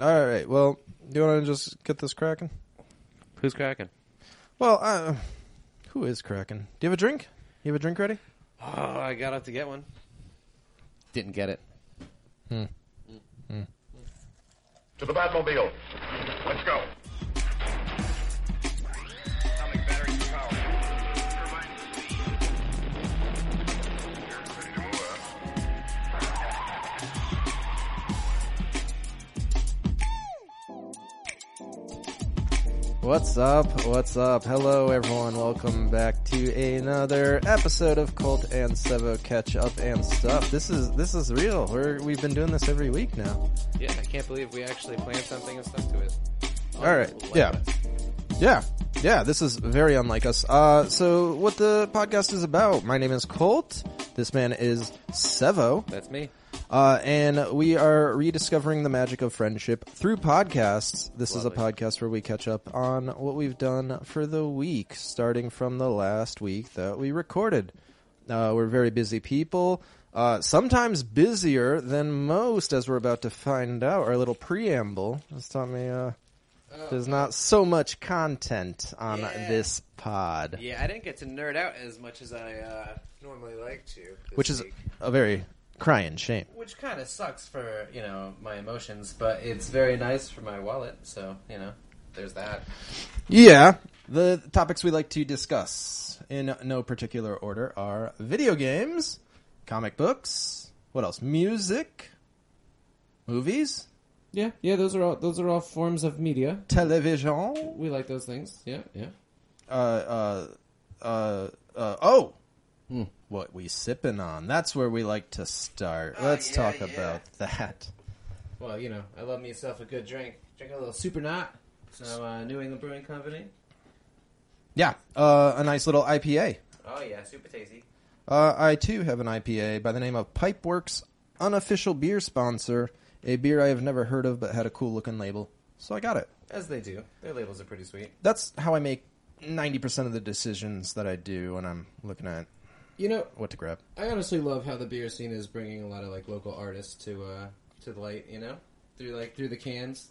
All right. Well, do you want to just get this cracking? Who's cracking? Well, uh, who is cracking? Do you have a drink? You have a drink ready? Oh, I got up to get one. Didn't get it. To the Batmobile. Let's go. What's up? What's up? Hello, everyone. Welcome back to another episode of Colt and Sevo Catch Up and Stuff. This is this is real. We're, we've been doing this every week now. Yeah, I can't believe we actually planned something and stuck to it. Oh, All right. Yeah. Yeah. Yeah. This is very unlike us. Uh, so what the podcast is about? My name is Colt. This man is Sevo. That's me. Uh, and we are rediscovering the magic of friendship through podcasts. This is a podcast where we catch up on what we've done for the week, starting from the last week that we recorded. Uh, we're very busy people, uh, sometimes busier than most, as we're about to find out. Our little preamble has taught me uh, there's not so much content on Yeah. this pod, Yeah, I didn't get to nerd out as much as I uh, normally like to. this which is week. a very crying shame. which kind of sucks for you know my emotions, but it's very nice for my wallet. So you know, there's that. Yeah. The topics we like to discuss in no particular order are video games, comic books, what else? Music, movies, Yeah, yeah, those are all those are all forms of media. television, We like those things. Yeah, yeah. uh, uh, uh, uh oh. What we sipping on. That's where we like to start. Let's Oh, yeah, talk yeah. about that. Well, you know, I love me myself a good drink. Drink a little super knot. So uh, New England Brewing Company. Yeah, uh, a nice little IPA. Oh yeah, super tasty. Uh, I too have an IPA by the name of Pipeworks, unofficial beer sponsor, a beer I have never heard of but had a cool looking label, so I got it. As they do, their labels are pretty sweet. That's how I make ninety percent of the decisions that I do when I'm looking at You know, what to grab. I honestly love how the beer scene is bringing a lot of like local artists to uh to the light. You know, through like through the cans.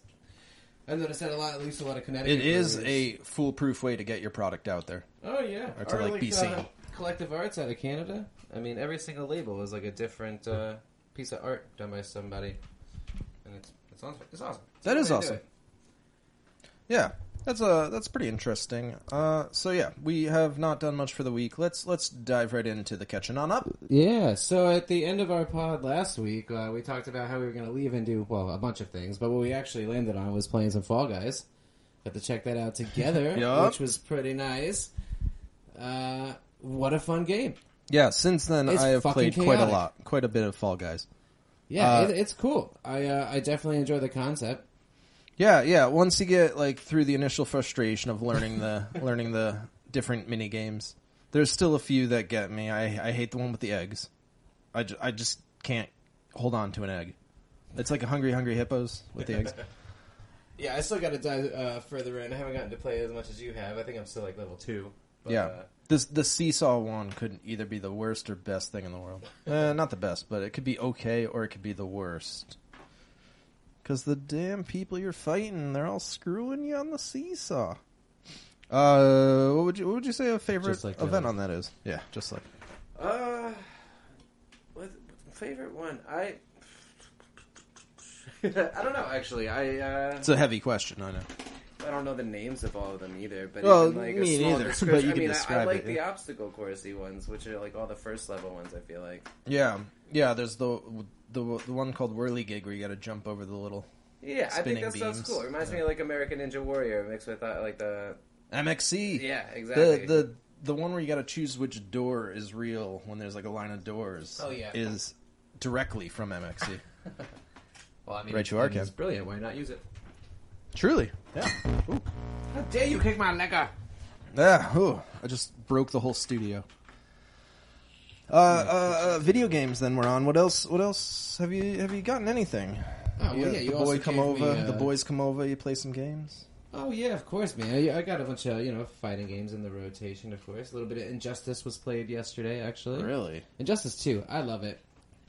I've noticed that a lot. At least a lot of Connecticut. It is breweries. a foolproof way to get your product out there. oh yeah or to, like, be Uh, seen. collective arts out of Canada. I mean, every single label is like a different uh, piece of art done by somebody, and it's it's awesome. It's awesome. It's That a is way to do awesome. it. Yeah, that's uh that's pretty interesting. Uh, so yeah, we have not done much for the week. Let's let's dive right into the catching on up. Yeah, so at the end of our pod last week, uh, we talked about how we were going to leave and do, well, a bunch of things, but what we actually landed on was playing some Fall Guys. Got to check that out together, Yup. which was pretty nice. Uh, what a fun game. Yeah, since then It's I have fucking played quite a chaotic. lot, quite a bit of Fall Guys. Yeah, Uh, it, it's cool. I uh, I definitely enjoy the concept. Yeah, yeah. Once you get like through the initial frustration of learning the learning the different mini games, there's still a few that get me. I I hate the one with the eggs. I, ju- I just can't hold on to an egg. It's like a hungry hungry hippos with the eggs. Yeah, I still got to dive uh, further in. I haven't gotten to play as much as you have. I think I'm still like level two. But, yeah. uh, This the seesaw one could either be the worst or best thing in the world. Eh, not the best, but it could be okay or it could be the worst. Cause the damn people you're fighting, they're all screwing you on the seesaw. Uh, what would you what would you say a favorite Just like event the- on that is? Yeah, just like Uh, what favorite one? I I don't know actually. I uh, it's a heavy question. I know. I don't know the names of all of them either. But Well, even, like me a small neither, but description- you I can mean, I, I describe like it, the yeah. obstacle coursey ones, which are like all the first level ones. I feel like. Yeah, yeah. There's the the the one called Whirly Gig where you got to jump over the little Yeah, I think Spinning that sounds beams. cool. It reminds me of like American Ninja Warrior mixed with uh, like the MXC. yeah the exactly. the the one where you got to choose which door is real when there's like a line of doors. Oh, yeah. is directly from MXC. well, I mean, Right, you are, It's Kev. brilliant. Why not use it? Truly, yeah, Ooh. How dare you kick my lecker? yeah. Ooh. I just broke the whole studio. Uh, uh, uh, video games. Then we're on. What else? What else have you have you gotten anything? Oh, well, yeah, you the also boy come gave me, over. uh, The boys come over. You play some games. Oh yeah, of course, man. I, I got a bunch of you know fighting games in the rotation. Of course, a little bit of Injustice was played yesterday. Actually, Really? Injustice Two, I love it.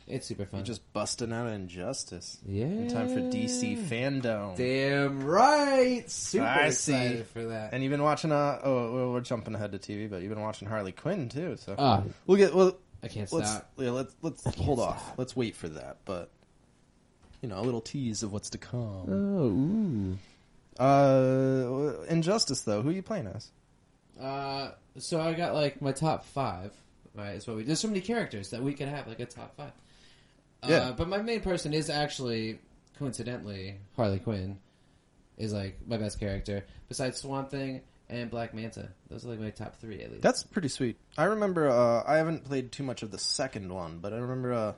It's super fun. Just busting out of injustice. yeah. In time for DC fandom. Damn right. Super I excited see. for that. And you've been watching. Uh, oh, well, we're jumping ahead to TV, but you've been watching Harley Quinn too. So Oh, Ah. we'll get. Well, I can't let's stop. yeah, let's let's hold stop. off. Let's wait for that. But you know, a little tease of what's to Oh, come. ooh. Uh, Injustice though. Who are you playing as? Uh, so I got like my top five. Right, is what we. There's so many characters that we could have like a top five. Yeah. Uh, but my main person is actually, coincidentally, Harley Quinn, is like my best character besides Swamp Thing and Black Manta. Those are like my top three at least. That's pretty sweet. I remember. Uh, I haven't played too much of the second one, but I remember uh,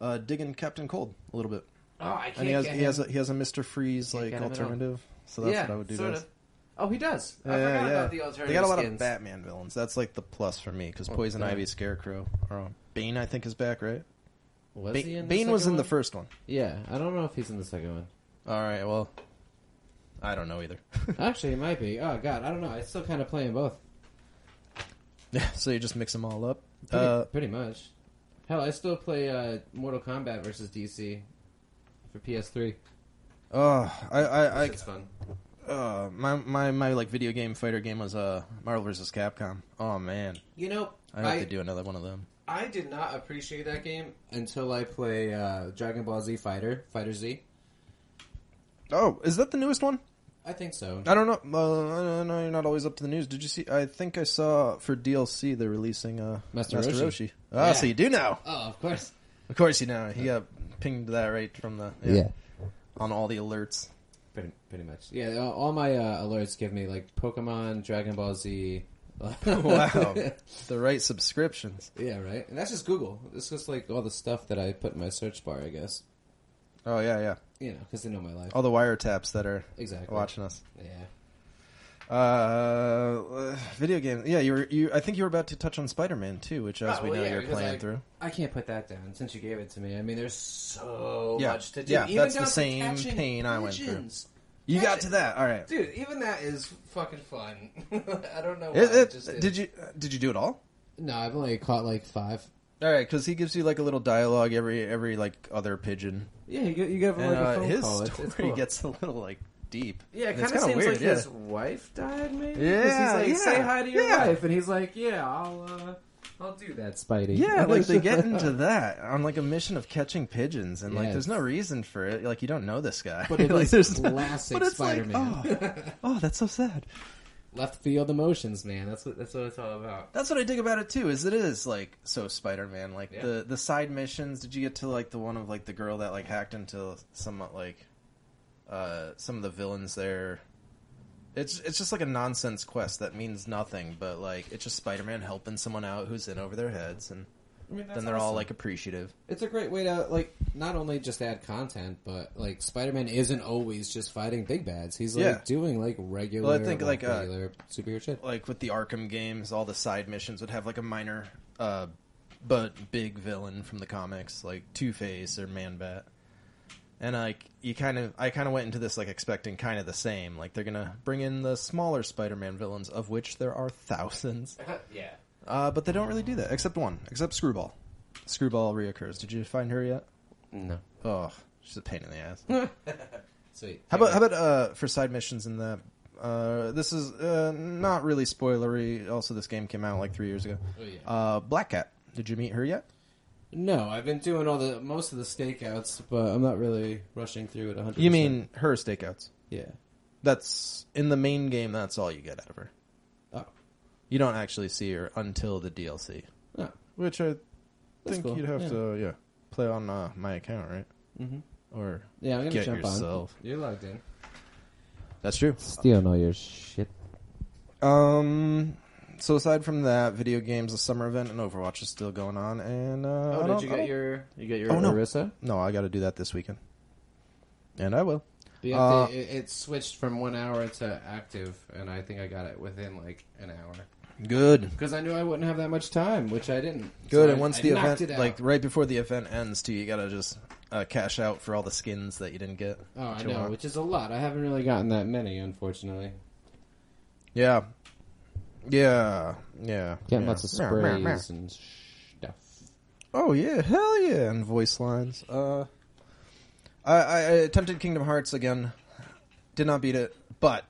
uh, digging Captain Cold a little bit. oh, I can't And he has get he has a, him. he has a Mister Freeze Can't like get him at all. alternative. So that's yeah, what I would do. sort best. of. Oh, he does. I Yeah, forgot yeah. about the alternative They got a lot of skins. Batman villains. That's like the plus for me because Oh, Poison God. Ivy, Scarecrow, or Bane. I think is back, right? Was Ba- he in the Bane was second in the one? first one. Yeah, I don't know if he's in the second one. All right. Well, I don't know either. Actually, it might be. Oh God, I don't know. I still kind of playing both. yeah. So you just mix them all up. Pretty, uh, pretty much. Hell, I still play uh, Mortal Kombat versus DC for PS3. oh, I, I, I It's fun. uh, my, my, my like video game fighter game was uh Marvel vs. Capcom. Oh man, You know, I hope I, they do another one of them. I did not appreciate that game. until I play uh, Dragon Ball Z Fighter, Fighter Z. Oh, is that the newest one? I think so. I don't know. Uh, no, you're not always up to the news. Did you see? I think I saw for DLC they're releasing uh, Master Roshi. Roshi. Ah, Yeah. so you do know. Oh, of course. Of course you know. He got pinged that right from the yeah, on all the alerts. pretty pretty much. Yeah, all- all my uh, alerts give me like Pokemon, Dragon Ball Z. Wow, the right subscriptions. yeah, right. And that's just Google. It's just like all the stuff that I put in my search bar, I guess. Oh yeah, yeah. You know, because they know my life. All the wiretaps that are Exactly. watching us. Yeah. Uh, video games. Yeah, you were. You. I think you were about to touch on Spider Man too, which as Oh, we well, know yeah, you're because playing I- through. I can't put that down since you gave it to me. I mean, there's so Yeah. much to do. Yeah, even that's the down to same catching pain I went through. pigeons. You got to that. All right. Dude, even that is fucking fun. I don't know why. It- it- just is. did you did you do it all? No, I've only caught like five. All right, because he gives you like a little dialogue every every like other pigeon, Yeah, you, you give and uh, his story It's, gets a little like deep. yeah, it It's kind of kinda seems weird, like yeah. his wife died, maybe. 'Cause Yeah, he's like, yeah, say hi to your yeah. wife, and he's like, yeah, I'll, uh, I'll do that, Spidey. Yeah, like they get into that on like a mission of catching pigeons, and like Yes. there's no reason for it. Like you don't know this guy, But it like, is there's classic Spider-Man. Like, oh, oh, that's so sad. left field emotions, man. That's what that's what it's all about. That's what I dig about it too. Is it is like so Spider-Man. Like Yeah. the the side missions. Did you get to like the one of like the girl that like hacked into somewhat like uh some of the villains there? It's it's just like a nonsense quest that means nothing, but like it's just Spider-Man helping someone out who's in over their heads, and I mean, then they're all like appreciative. It's a great way to like not only just add content, but like Spider-Man isn't always just fighting big bads. He's like Yeah. doing like regular, Well, I think, well, like, uh, regular superhero shit. like with the Arkham games, all the side missions would have like a minor, uh, but big villain from the comics, like Two Face or Man Bat. And like you kind of, I kind of went into this like expecting kind of the same. Like they're gonna bring in the smaller Spider-Man villains, of which there are thousands. yeah. Uh, but they don't really do that, except one, except Screwball. Screwball reoccurs. Did you find her yet? No. Oh, she's a pain in the ass. Sweet. How about how about uh, for side missions in that? Uh, this is uh, not really spoilery. Also, this game came out like three years ago. Oh, yeah. Uh, Black Cat. Did you meet her yet? No, I've been doing all the most of the stakeouts, but I'm not really rushing through it 100. You mean her stakeouts? yeah? That's in the main game. That's all you get out of her. Oh, You don't actually see her until the DLC, no. which I That's think cool. you'd have Yeah. to yeah play on uh, my account, right? Mhm. Or Yeah, I'm gonna Get jump yourself. on. You're logged in. that's true. Stealing all your shit. Um. So aside from that, video games, the summer event, and Overwatch is still going on. And uh, I Oh, don't- did you I get don't- your you get your Oh, no. Orisa? No, I got to do that this weekend, and I will. The Uh, update, it, it switched from one hour to active, and I think I got it within like an hour Good, because I knew I wouldn't have that much time, which I didn't. good. So and I- once I the knocked event, it out. like right before the event ends, too, you got to just uh, cash out for all the skins that you didn't get. oh, I that you know, want. which is a lot. I haven't really gotten that many, unfortunately. Yeah, yeah, yeah. yeah. Meow, meow, meow. and stuff. oh yeah, hell yeah, and voice lines. Uh, I, I I attempted Kingdom Hearts again, did not beat it, but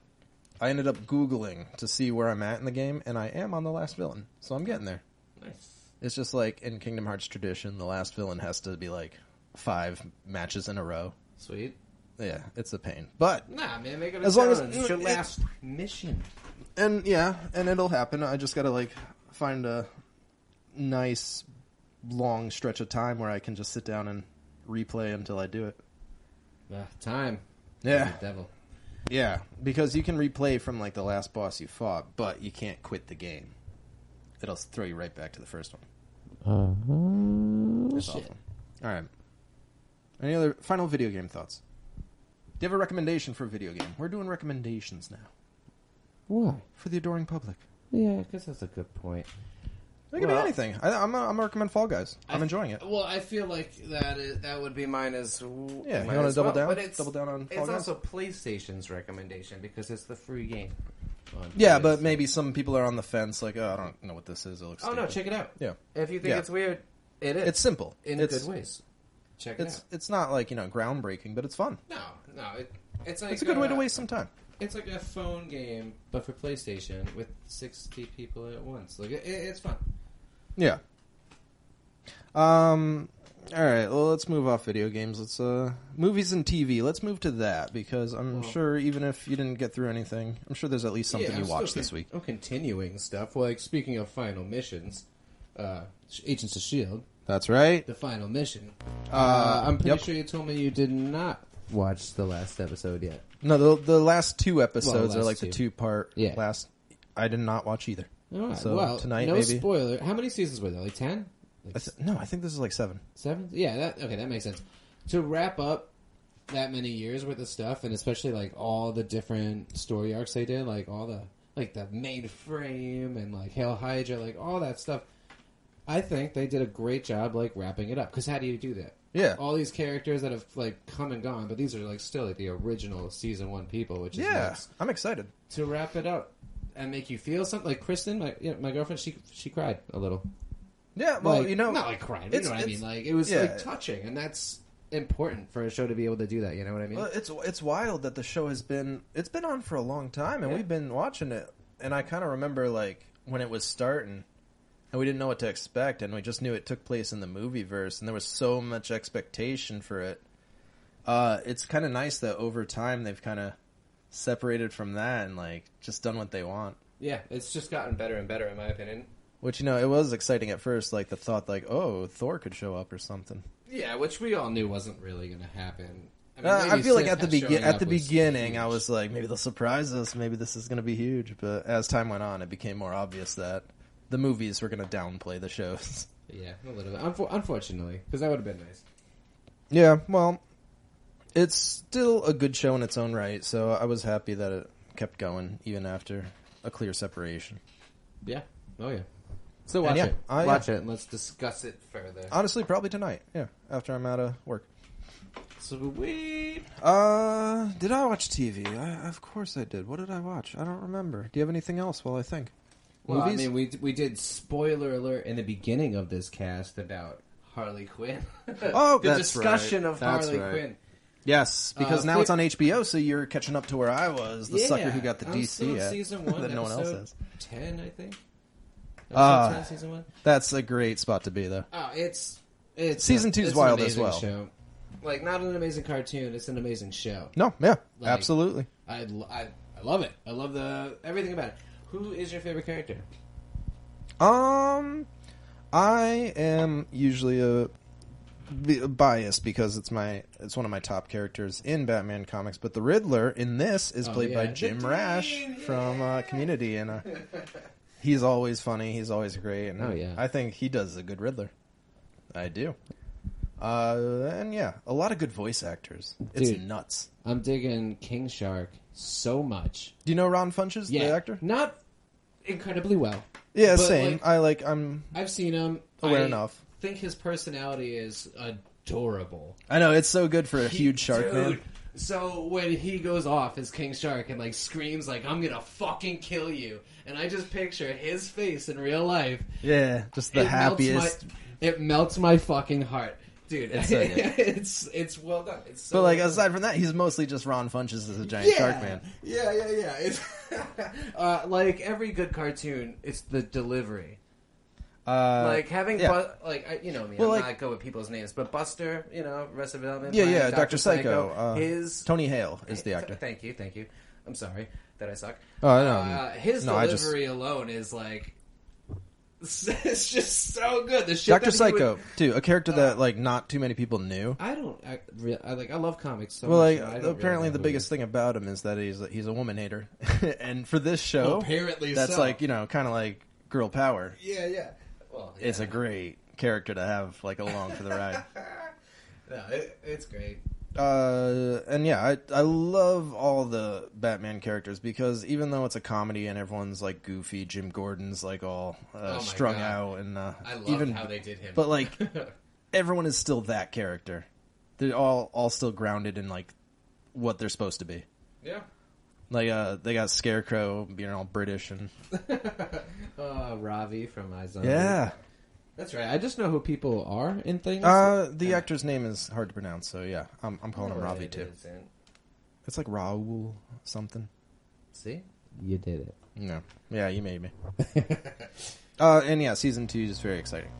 I ended up Googling to see where I'm at in the game, and I am on the last villain, so I'm getting there. Nice. It's just like in Kingdom Hearts tradition, the last villain has to be like five matches in a row. Sweet. Yeah, it's a pain, but Nah, man, make it a As long as- challenge. It's your it- last mission. and yeah, and it'll happen. I just gotta like find a nice long stretch of time where I can just sit down and replay until I do it. Ah, time. Yeah, The devil. yeah, because you can replay from like the last boss you fought, but you can't quit the game. It'll throw you right back to the first one. It's awful. All right. Any other final video game thoughts? Do you have a recommendation for a video game? We're doing recommendations now Why? for the adoring public. Yeah, I guess that's a good point. It could Well- be anything. I, I'm gonna I'm gonna recommend Fall Guys. I'm enjoying it. Well, I feel like that is, that would be mine as Yeah, yeah. you wanna double down? But it's, Double down on Fall it's Guys? also PlayStation's recommendation because it's the free game. on Yeah, PS. but maybe some people are on the fence, like, oh, I don't know what this is. It looks. oh no, stupid." check it out. Yeah, If you think Yeah. it's weird, it is. it's simple. in it's, good ways. Check it It's it's not like you know groundbreaking, but it's fun. out. No, no, it, it's like It's a good way to uh, waste some time. It's like a phone game, but for PlayStation with sixty people at once. Like it, it, it's fun. Yeah. Um. All right. Well, let's move off video games. Let's uh, movies and TV. Let's move to that because I'm sure even if you didn't get through anything, I'm sure there's at least something Yeah, you I'm watched still this con- week. I'm continuing stuff. Like speaking of final missions, uh, Agents of Shield, That's right. the final mission. Uh, Uh, I'm pretty yep. sure you told me you did not watch the last episode yet. No, the the last two episodes are last like the two. two part. Yeah. Last, I did not watch either. All right, so well, tonight no maybe. spoiler. How many seasons were there? Like ten, like I th- no, I think this is like seven. seven? Yeah, that okay. That makes sense. To wrap up that many years worth of stuff, and especially like all the different story arcs they did, like all the like the mainframe and like Hail Hydra, like all that stuff. I think they did a great job like wrapping it up. Because how do you do that? Yeah. all these characters that have like come and gone, but these are like still like the original season one people, which is Yeah, nuts. I'm excited. to wrap it up and make you feel something. Like Kristen, my you know, my girlfriend, she she cried a little. Yeah, well, Like, you know, not like crying. You it's- know what I it's- mean? Like it was yeah. like touching, and that's important for a show to be able to do that. You know what I mean? well, it's it's wild that the show has been it's been on for a long time, and we've been watching it. And I kind of remember like when it was starting, and we didn't know what to expect, and we just knew it took place in the movie verse, and there was so much expectation for it. Uh, it's kind of nice that over time they've kind of separated from that and like just done what they want. yeah, it's just gotten better and better, in my opinion. Which you know, it was exciting at first, like the thought, like oh, Thor could show up or something. Yeah, which we all knew wasn't really going to happen. I, Uh, mean, I maybe feel like Sif at the showing begin up at the was beginning, I huge. was like, maybe they'll surprise us. Maybe this is going to be huge. But as time went on, it became more obvious that the movies were going to downplay the shows. yeah a little bit. Unfor- unfortunately, because that would have been nice. Yeah, well, it's still a good show in its own right. So I was happy that it kept going even after a clear separation. Yeah. Oh yeah. So watch yeah. it. Oh, yeah. Uh, watch it and let's discuss it further. Honestly, probably tonight. Yeah, after I'm out of work. Sweet. Uh, did I watch TV? I, of course I did. What did I watch? I don't remember. Do you have anything else while I think? Well, Movies? I mean, we we did spoiler alert in the beginning of this cast about Harley Quinn. Oh, the that's discussion right. of That's Harley right. Quinn. Yes, because Uh, now fi- it's on HBO, so you're catching up to where I was, the Yeah, sucker who got the I'm still DC on at, season one that no one else episode has. Ten, I think. Episode Ah. 10, season one. That's a great spot to be, though. Oh, it's it's Season a- two's it's wild an as amazing well. Show. Like not an amazing cartoon, it's an amazing show. No, yeah, Like- absolutely. I, lo- I I love it. I love the everything about it. Who is your favorite character? Um, I am usually a, bi- biased because it's my it's one of my top characters in Batman comics, but the Riddler in this is Oh, played by yeah. Jim The Rash Dean, from uh, Community, and uh, he's always funny. He's always great, and Oh, yeah. I think he does a good Riddler. I do. Uh, and yeah, a lot of good voice actors. It's Dude. nuts. I'm digging King Shark so much. Do you know Ron Funches, the actor? Not incredibly well. Yeah, But, same. like- I like. I'm I've seen him. aware I enough. think his personality is adorable. I know it's so good for a huge shark Dude, man. So when he goes off as King Shark and like screams like I'm gonna fucking kill you, and I just picture his face in real life. Yeah, just the it melts happiest. my- it melts my fucking heart, dude. It's It's so good. it's, well done. It's so But like well done. aside from that, he's mostly just Ron Funches as a giant shark man. Yeah, yeah, yeah. It's uh, like every good cartoon, it's the delivery. Uh, like having, yeah. bu- like I, you know me, Well, I'm like- not good with people's names, but Buster, you know, Arrested Development. yeah, Planet, yeah, Dr. Doctor Psycho. uh, his uh, Tony Hale is the actor. Thank you, thank you. I'm sorry that I suck. Oh, I know. Uh, his No, I just- delivery alone is like, it's just so good. The shit Doctor that he would- Uh. Psycho too, a character that like not too many people knew. I don't. I, re- I like. I love comics so Well, like much. and I don't really apparently know the who- biggest thing about him is that he's he's a woman hater, and for this show, Apparently that's so. like you know kind of like girl power. Yeah, yeah. Well, It's a great character to have like along for the ride. no, it, it's great. uh, and yeah, I I love all the Batman characters because even though it's a comedy and everyone's like goofy, Jim Gordon's like all uh, Oh my strung God. out and uh, I love even how they did him. but, like, everyone is still that character. They're all all still grounded in like what they're supposed to be. yeah. Like uh, they got Scarecrow being all British and Uh, Ravi from iZombie. yeah. That's right. I just know who people are in things. Uh, the actor's name is hard to pronounce, so yeah, I'm I'm calling him Ravi too. It's like Raul something. See? You did it. No, yeah, you made me. uh, and yeah, season two is very exciting.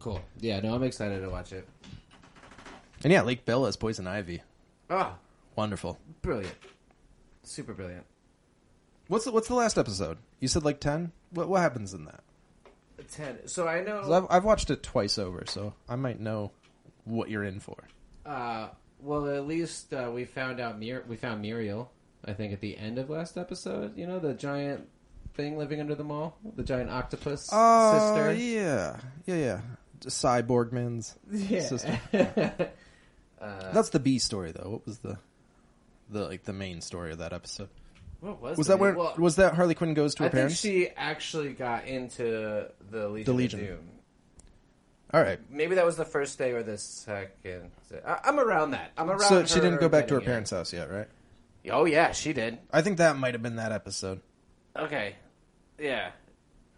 Cool. Yeah, no, I'm excited to watch it. And yeah, Lake Bella is Poison Ivy. Oh, Wonderful. brilliant. Super brilliant. What's the, what's the last episode? You said like ten. What what happens in that? Ten. So I 'Cause know. I've, I've watched it twice over, so I might know what you're in for. Uh, well, at least uh, we found out. Mur- we found Muriel. I think at the end of last episode. You know the giant thing living under the mall, the giant octopus Oh, sister. yeah, yeah, yeah. Just Cyborg man's sister. That's the B story, though. What was the the like the main story of that episode? What was Was the that where name? Well, was that Harley Quinn goes to her I think parents? she actually got into the Legion. The of Legion. Doom. All right, Maybe that was the first day or the second. I, I'm around that. I'm around. so she didn't go back to her getting parents' house yet, right? it. Oh yeah, she did. I think that might have been that episode, Okay. Yeah,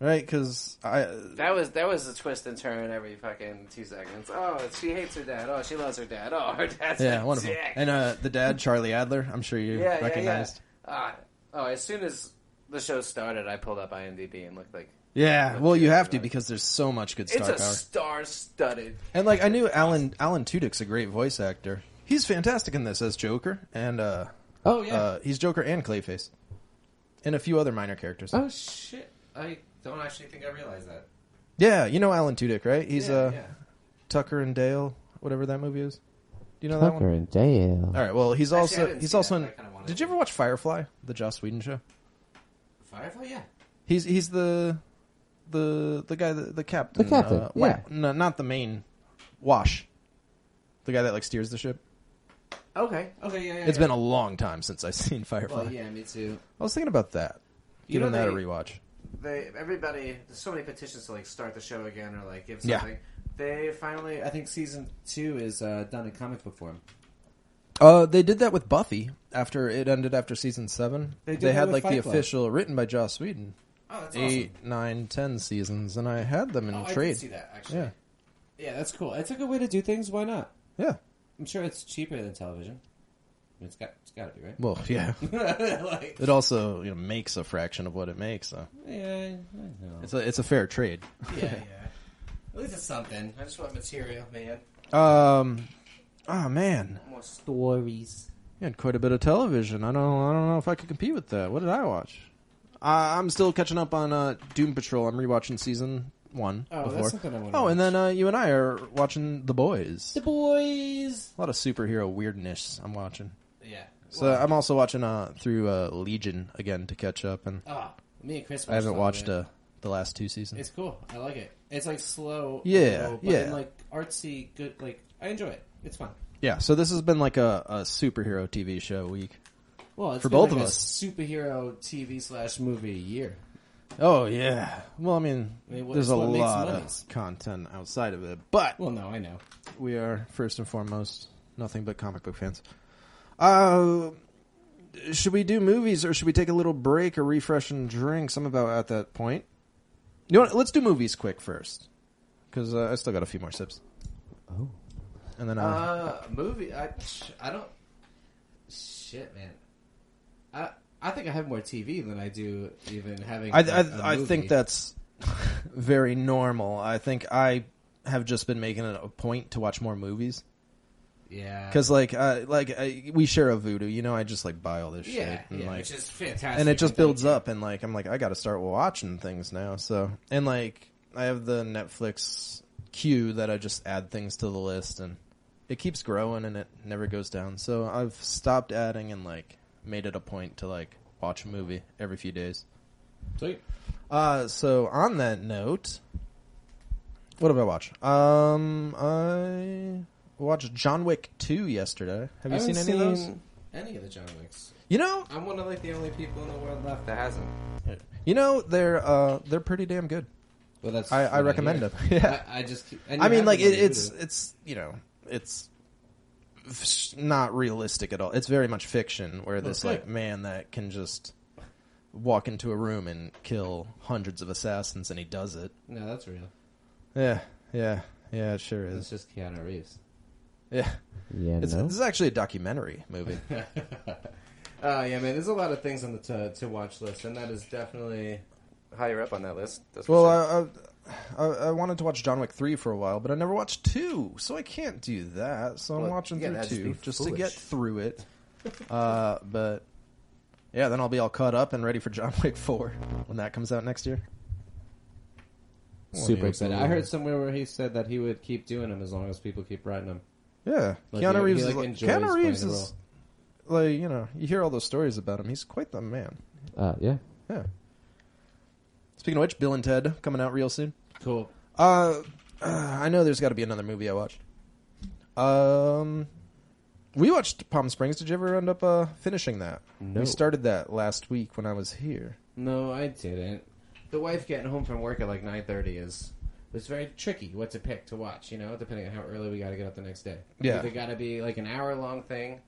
right? Because I that was that was a twist and turn every fucking two seconds. Oh, she hates her dad. Oh, she loves her dad. Oh, her dad's yeah, a wonderful. dick. And uh, the dad, Charlie Adler. I'm sure you yeah, recognized. Yeah, yeah. Ah, oh, as soon as the show started, I pulled up IMDb and looked like Yeah, well, you have to because there's so much good star it's a power. star-studded And like I knew Alan Alan Tudyk's a great voice actor. He's fantastic in this as Joker, and uh, Oh yeah. uh, he's Joker and Clayface, and a few other minor characters. oh shit! I don't actually think I realized that. Yeah, you know Alan Tudyk, right? He's yeah, uh, yeah. Tucker and Dale, whatever that movie is. Do you know that one? in jail. All right. Well, he's I also didn't he's see also that, in. but I kinda wanted Did you ever watch Firefly, the Joss Whedon show? Firefly, Oh, yeah. He's he's the the the guy the, the captain. The captain, uh, Wa- no, not the main. Wash, the guy that like steers the ship. Okay, okay, yeah, yeah. It's been a long time since I've seen Firefly. well, yeah, me too. I was thinking about that. You Giving know that a they- rewatch. They everybody, there's so many petitions to like start the show again or like give Yeah. something. They finally, I think season two is uh, done in comic book form. Uh, they did that with Buffy after it ended after season seven. They did that had with like the Fight Club. official written by Joss Whedon. Oh, that's Eight, nine, ten seasons, and I had them in awesome. Oh, I trade. did see that actually. yeah, Yeah. that's cool. It's a good way to do things. Why not? yeah. I'm sure it's cheaper than television. I mean, it's got, it's got to be Well, yeah. right. like, it also you know makes a fraction of what it makes. So yeah, I know. it's a it's a fair trade. yeah, yeah. At least it's something. I just want material, man. Um, oh man, More stories. you had quite a bit of television. I don't I don't know if I could compete with that. What did I watch? I, I'm still catching up on uh, Doom Patrol. I'm rewatching season one. Oh, that's before. something I wanna Oh, and watch. then uh, you and I are watching The Boys. The boys. A lot of superhero weirdness I'm watching. Yeah. So I'm also watching uh, through uh, Legion again to catch up, and Ah, me and Chris. I haven't watched watched a lot of uh, the last two it. seasons. It's cool. I like it. It's like slow. a Yeah, little, but yeah. then, like artsy, good. Like I enjoy it. It's fun. Yeah, so this has been like a, a superhero TV show week. Well, it's For been, both like, of a us. superhero TV slash movie year. Oh yeah. Well, I mean, I mean, what- there's it's a what makes lot money. of content outside of it, but Well, no, I know. we are first and foremost nothing but comic book fans. Uh, should we do movies or should we take a little break or refresh and drinks? I'm about at that point. You know what? Let's do movies quick first. Because uh, I still got a few more sips. Oh. And then I'll. Uh, movie. I, I don't. Shit, man. I I think I have more TV than I do even having. I, a- a I, I movie. think that's very normal. I think I have just been making it a point to watch more movies Yeah. because, like, uh, like I, we share a voodoo. You know, I just like buy all this yeah, shit, and yeah, like, which is fantastic. and it just I think. builds up. And like, I'm like, I got to start watching things now. So, and like, I have the Netflix queue that I just add things to the list, and it keeps growing and it never goes down. So I've stopped adding and like made it a point to like watch a movie every few days. Sweet. Uh, so on that note, what did I watch? Um, I watched John Wick 2 yesterday. Have you seen any of those? Any of the John Wicks. You know, I'm one of like the only people in the world left that hasn't. you know, they're, uh, they're pretty damn good. Well, that's I, I what recommend hear. them. Yeah. I, I just. Keep, I mean, like it, it's it's you know it's f- not realistic at all. It's very much fiction, where this like man that can just walk into a room and kill hundreds of assassins, and he does it. no, that's real. Yeah, yeah, yeah. It sure It's is. just Keanu Reeves. Yeah, Yeah, it's, no. this is actually a documentary movie. Oh yeah, man. There's a lot of things on the to, to watch list, and that is definitely higher up on that list. That's for well, uh, sure. I, I I I wanted to watch John Wick three for a while, but I never watched two, so I can't do that. So I'm Well, watching yeah, through that'd just two be just to foolish. get through it. uh, but yeah, then I'll be all caught up and ready for John Wick four when that comes out next year. Super Yeah, excited. I heard somewhere where he said that he would keep doing them as long as people keep writing them. Yeah, Like, Keanu he- he, Reeves. like, is enjoys like, Keanu playing Reeves the is like you know you hear all those stories about him. He's quite the man. Uh, yeah. Yeah. Speaking of which, Bill and Ted coming out real soon. Cool. Uh, I know there's got to be another movie I watched. Um, we watched Palm Springs. Did you ever end up uh, finishing that? No. We started that last week when I was here. No, I didn't. The wife getting home from work at like 9:30 is was very tricky. What to pick to watch, you know, depending on how early we got to get up the next day. Yeah. either got to be like an hour long thing.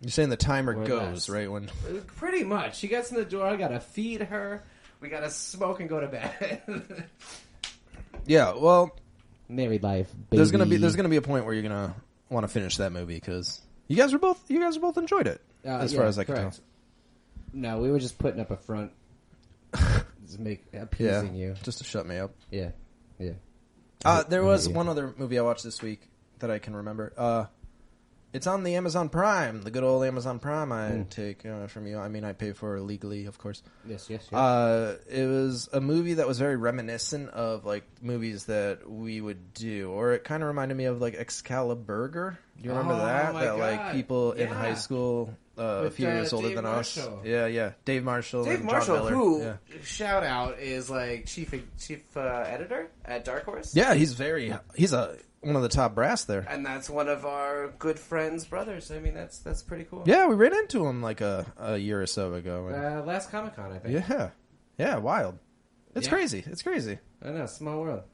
You're saying the timer Or goes less. right when. Pretty much, she gets in the door. I gotta feed her. We gotta smoke and go to bed. Yeah. Well, Married life. there's gonna be there's gonna be a point where you're gonna want to finish that movie because you guys were both you guys both enjoyed it Uh, as yeah, far as I can correct. tell. No, we were just putting up a front, just make Yeah. appeasing you. Just to shut me up. Yeah, yeah. Uh, there was one other movie I watched this week that I can remember. Uh, it's on the Amazon Prime, the good old Amazon Prime. I Hmm. take uh, from you. I mean, I pay for it legally, of course. Yes, yes, yes. Uh, it was a movie that was very reminiscent of like movies that we would do, or it kind of reminded me of like Excalibur. Do you remember Oh, that? my That like God. people in Yeah. high school, uh, a With, few uh, years older Dave than Marshall. us. Yeah, yeah. Dave Marshall. Dave and John Marshall, Miller. who Yeah. shout out is like chief chief uh, editor at Dark Horse. yeah, he's very. He's a one of the top brass there. and that's one of our good friends' brothers. I mean, that's that's pretty cool. Yeah, we ran into him like a, a year or so ago. and- Uh, last Comic Con, I think. yeah, yeah, wild. It's Yeah. crazy. It's crazy I know, small world.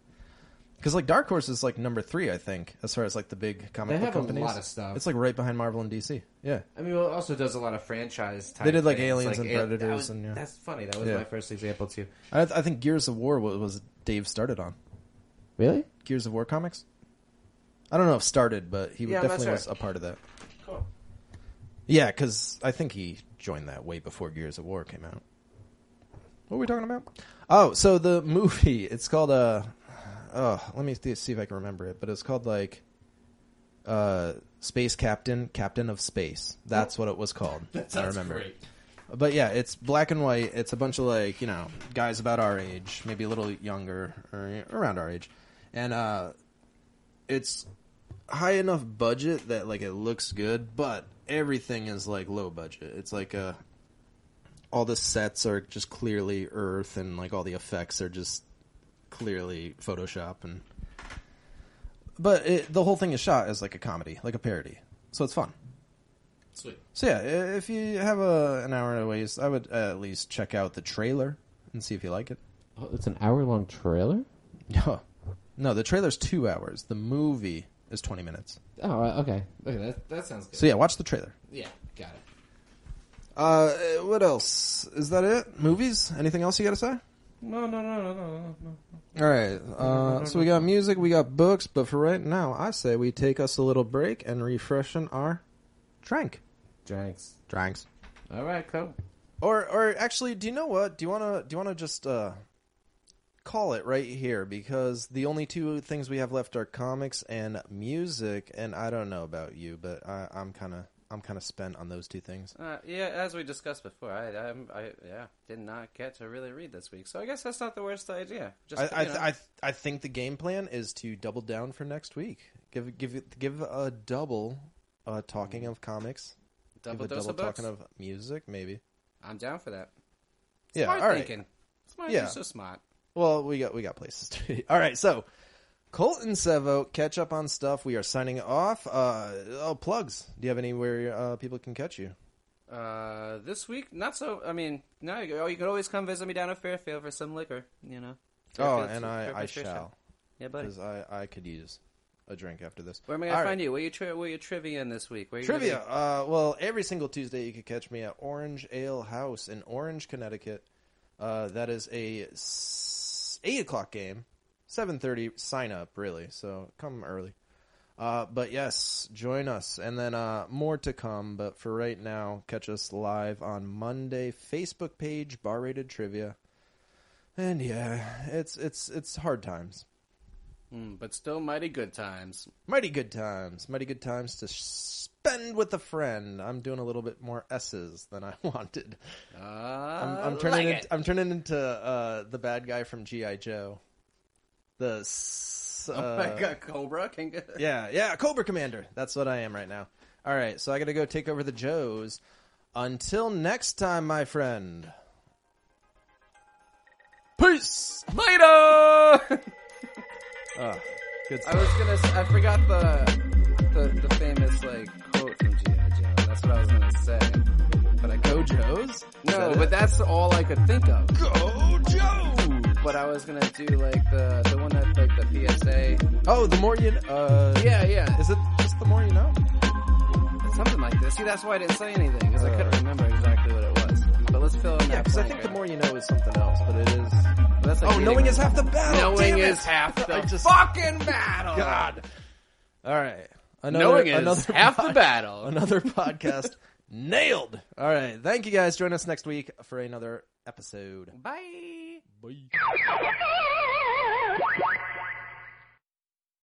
because like Dark Horse is like number three, I think, as far as like the big comic They book have a companies. lot of stuff. It's like right behind Marvel and DC. Yeah, I mean, well, it also does a lot of franchise. Type They did, like, things, Aliens and it- that Predators was- and, yeah. that's funny. That was Yeah. my first example too. I, I think Gears of War was, was Dave started on Really? Gears of War comics. I don't know if started, but he Yeah, I'm not definitely sure. was a part of that. Cool. Yeah, because I think he joined that way before Gears of War came out. What were we talking about? Oh, so the movie. It's called uh, oh, let me th- see if I can remember it. But it's called like, uh, Space Captain, Captain of Space. That's what it was called. I remember. But yeah, it's black and white. It's a bunch of like you know guys about our age, maybe a little younger or around our age, and uh, it's high enough budget that like it looks good, but everything is like low budget. It's like uh, all the sets are just clearly Earth, and like all the effects are just clearly Photoshop, and but it, the whole thing is shot as like a comedy, like a parody, so it's fun. Sweet. So yeah, i- if you have a, an hour to waste, I would uh, at least check out the trailer and see if you like it. Oh, it's an hour long trailer? No, no, the trailer's two hours. The movie is 20 minutes. Oh, uh, okay. Okay, that that sounds good. So yeah, watch the trailer. Yeah, got it. Uh, what else? Is that it? Movies? Anything else you got to say? No, no, no, no, no, no, no. All right. Uh, so we got music, we got books, but for right now, I say we take us a little break and refreshen our drink. Drinks. Drinks. All right, cool. Or, or actually, do you know what? Do you wanna, do you wanna just uh, call it right here because the only two things we have left are comics and music, and I don't know about you, but I, I'm kind of, I'm kind of spent on those two things. Uh, yeah, as we discussed before, I, I, I yeah did not get to really read this week, so I guess that's not the worst idea. Just I, I, you know. I, I think the game plan is to double down for next week. Give, give, give a double uh, talking of comics. Mm. double give a dose double of books. talking of music, maybe. I'm down for that. Yeah, smart all right. thinking. Smart, Yeah. You're so smart. Well, we got we got places to be. All right, so Colt and Sevo catch up on stuff. We are signing off. Uh, oh, plugs. Do you have anywhere uh, people can catch you? Uh, this week, not so. I mean, now you, oh, you could always come visit me down at Fairfield for some liquor. You know. Oh, Fairfield's- and I, I Fairfield's your shall Yeah, buddy. because I, I could use a drink after this. Where am I All gonna right. find you? Where you tri- where you trivia in this week? Where you Trivia. gonna Uh, well, every single Tuesday you can catch me at Orange Ale House in Orange, Connecticut. Uh, that is a s- eight o'clock game, seven thirty sign up really. So come early. Uh, but yes, join us, and then uh, more to come. But for right now, catch us live on Monday Facebook page Bar Rated Trivia. And yeah, it's it's it's hard times. be? Mm, but still, mighty good times. Mighty good times. Mighty good times to spend with a friend. I'm doing a little bit more S's than I wanted. Uh, I'm, I'm, I'm turning. into, I'm turning into uh, the bad guy from GI Joe. The. S- oh uh, my god, Cobra can get. Yeah, yeah, Cobra Commander. That's what I am right now. All right, so I got to go take over the Joes. Until next time, my friend. Peace. Later. Ah, good I was gonna. s- I forgot the the, the famous like quote from GI Joe. That's what I was gonna say. But I Go go Joes. no. But that's all I could think of. Go Joes. But I was gonna do like the the one that's like the PSA. Oh, the more you. Uh, Yeah, yeah, Is it just the more you know? something like this. See, that's why I didn't say anything because I couldn't remember exactly what it was. But let's fill in Yeah, that. because I blank think the right more you know is something else, but it is. now. That's like Oh, reading- knowing is half the battle. knowing damn it. is half the I just- fucking battle. God. All right. Another, knowing is another half the pod- battle. Another podcast nailed. All right. Thank you guys. Join us next week for another episode. Bye. Bye. Thank you.